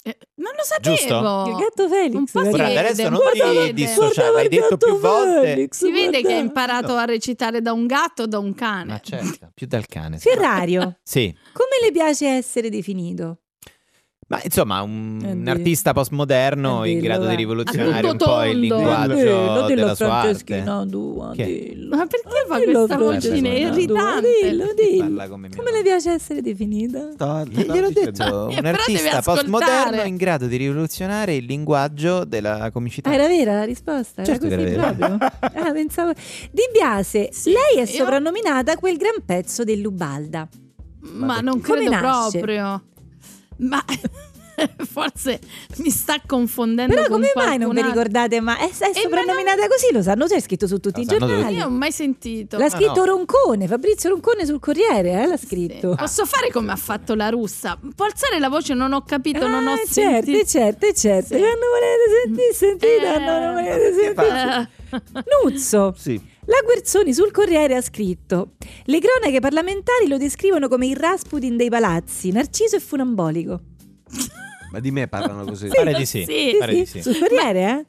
D: Eh, non lo sapevo.
B: Giusto?
F: Il gatto Felix.
D: Oh. Un po'
F: ragazzi.
D: si
B: Guarda,
D: vede,
B: adesso
D: un
B: non
D: po' si
B: ti
D: vede.
B: dissociare, l'hai
F: Guarda il
B: detto
F: gatto
B: più volte.
F: Felix,
D: Si vede
F: guarda.
D: che ha imparato a recitare da un gatto o da un cane.
B: Ma certo, più dal cane.
F: Ferrario,
B: Sì.
F: come le piace essere definito?
B: Ma insomma, un,
C: È
B: un
C: bello.
B: artista postmoderno
C: È
B: in
C: bello,
B: grado di
C: eh.
B: rivoluzionare
D: A
B: un po' il
D: tutto tondo.
B: linguaggio
C: Dillo,
B: della
C: dillo
B: sua arte.
C: Franceschina, dua,
B: Chi è?
C: dillo. Ah,
D: Ma perché fa
C: Dillo,
D: questa vocina? È
C: Franceschina, dua,
D: irritante.
C: Dillo, dillo.
B: Parla come mia
C: Come
B: mamma.
C: le piace essere definita?
B: Gliel'ho
C: (laughs)
B: detto,
D: Eh,
B: un
D: però devi
B: artista
D: ascoltare.
B: postmoderno in grado di rivoluzionare il linguaggio della comicità.
C: Ah, era vera la risposta? Era
B: Certo che
C: così
B: era vera.
C: proprio? Ah, pensavo... Di Biase,
D: Sì,
C: lei è
D: io-
C: soprannominata quel gran pezzo dell'Ubalda.
D: Ma non
C: Come
D: credo
C: nasce?
D: proprio. Ma (laughs) forse mi sta confondendo
C: Però
D: con
C: come mai non vi
D: qualcun altro.
C: ricordate? Ma è, è
D: ma
C: soprannominata così, lo sanno, c'è scritto su tutti
B: Lo
C: i
B: sanno tutti. Ah,
C: giornali.
D: Io non ho mai sentito.
C: L'ha
B: no.
C: scritto Roncone, Fabrizio Roncone sul Corriere, eh, l'ha scritto.
D: Sì. Posso fare come ha fatto la russa? Può alzare la voce, non ho capito, non ho
C: Ah, certo,
D: sentito.
C: certo, certo.
D: Sì.
C: Non volete sentire, sentite,
D: Eh.
C: non non volete sentire.
D: Eh.
C: Nuzzo.
B: Sì.
C: La Guerzoni sul Corriere ha scritto: Le cronache parlamentari lo descrivono come il Rasputin dei palazzi, narciso e funambolico.
E: Ma di me parlano così.
B: Pare di sì.
D: Sì,
B: Pare di sì.
C: Sul Corriere, eh?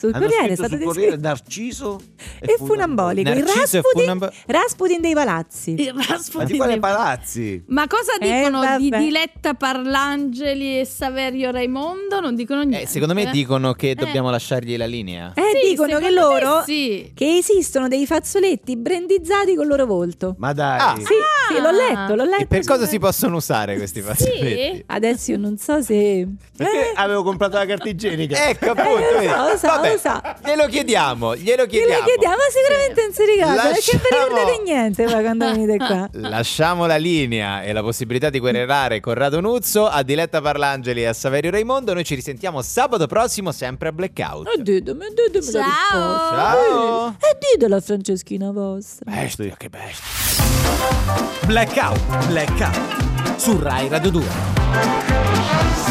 C: Sul
E: Hanno
C: Corriere è
E: scritto
C: stato
E: sul Corriere
C: descritto.
E: Narciso
C: E funambolico. Il
B: Narciso e
C: Rasputin,
B: funambo-
C: Rasputin dei palazzi.
D: Il
E: Ma di
D: Rasputin
E: quale
D: dei-
E: palazzi?
D: Ma cosa
C: Eh,
D: dicono di
C: vabbè.
D: Diletta Parlangeli e Saverio Raimondo? Non dicono niente.
B: Eh, secondo me dicono che
D: Eh.
B: dobbiamo lasciargli la linea.
C: Eh,
D: Sì,
C: dicono che
D: secondo me
C: loro
D: Sì.
C: che esistono dei fazzoletti brandizzati col loro volto.
E: Ma dai.
B: Ah.
C: Sì, sì, l'ho letto, l'ho letto.
B: E per cosa
C: sul-
B: si possono usare questi fazzoletti?
C: Adesso io non so se.
E: Perché
C: Eh,
B: ah,
E: avevo comprato la carta igienica?
B: Ecco appunto,
C: lo
B: vedi.
C: so, lo so,
B: Vabbè,
C: lo so.
B: glielo chiediamo, glielo
C: Gliela
B: chiediamo.
C: chiediamo, ma sicuramente non si ricorda. Perché non vi
B: Lasciamo-
C: ricordate niente poi
B: (laughs)
C: quando venite qua?
B: Lasciamo la linea e la possibilità di querelare Corrado Nuzzo a Diletta Parlangeli e a Saverio Raimondo. Noi ci risentiamo sabato prossimo, sempre a Blackout.
C: E Eh, ditemi, ditemi la
D: Ciao.
C: risposta.
B: Ciao. Eh,
C: E ditela a Franceschina vostra.
B: Bestia, che bestia.
A: Blackout, blackout su Rai Radio 2.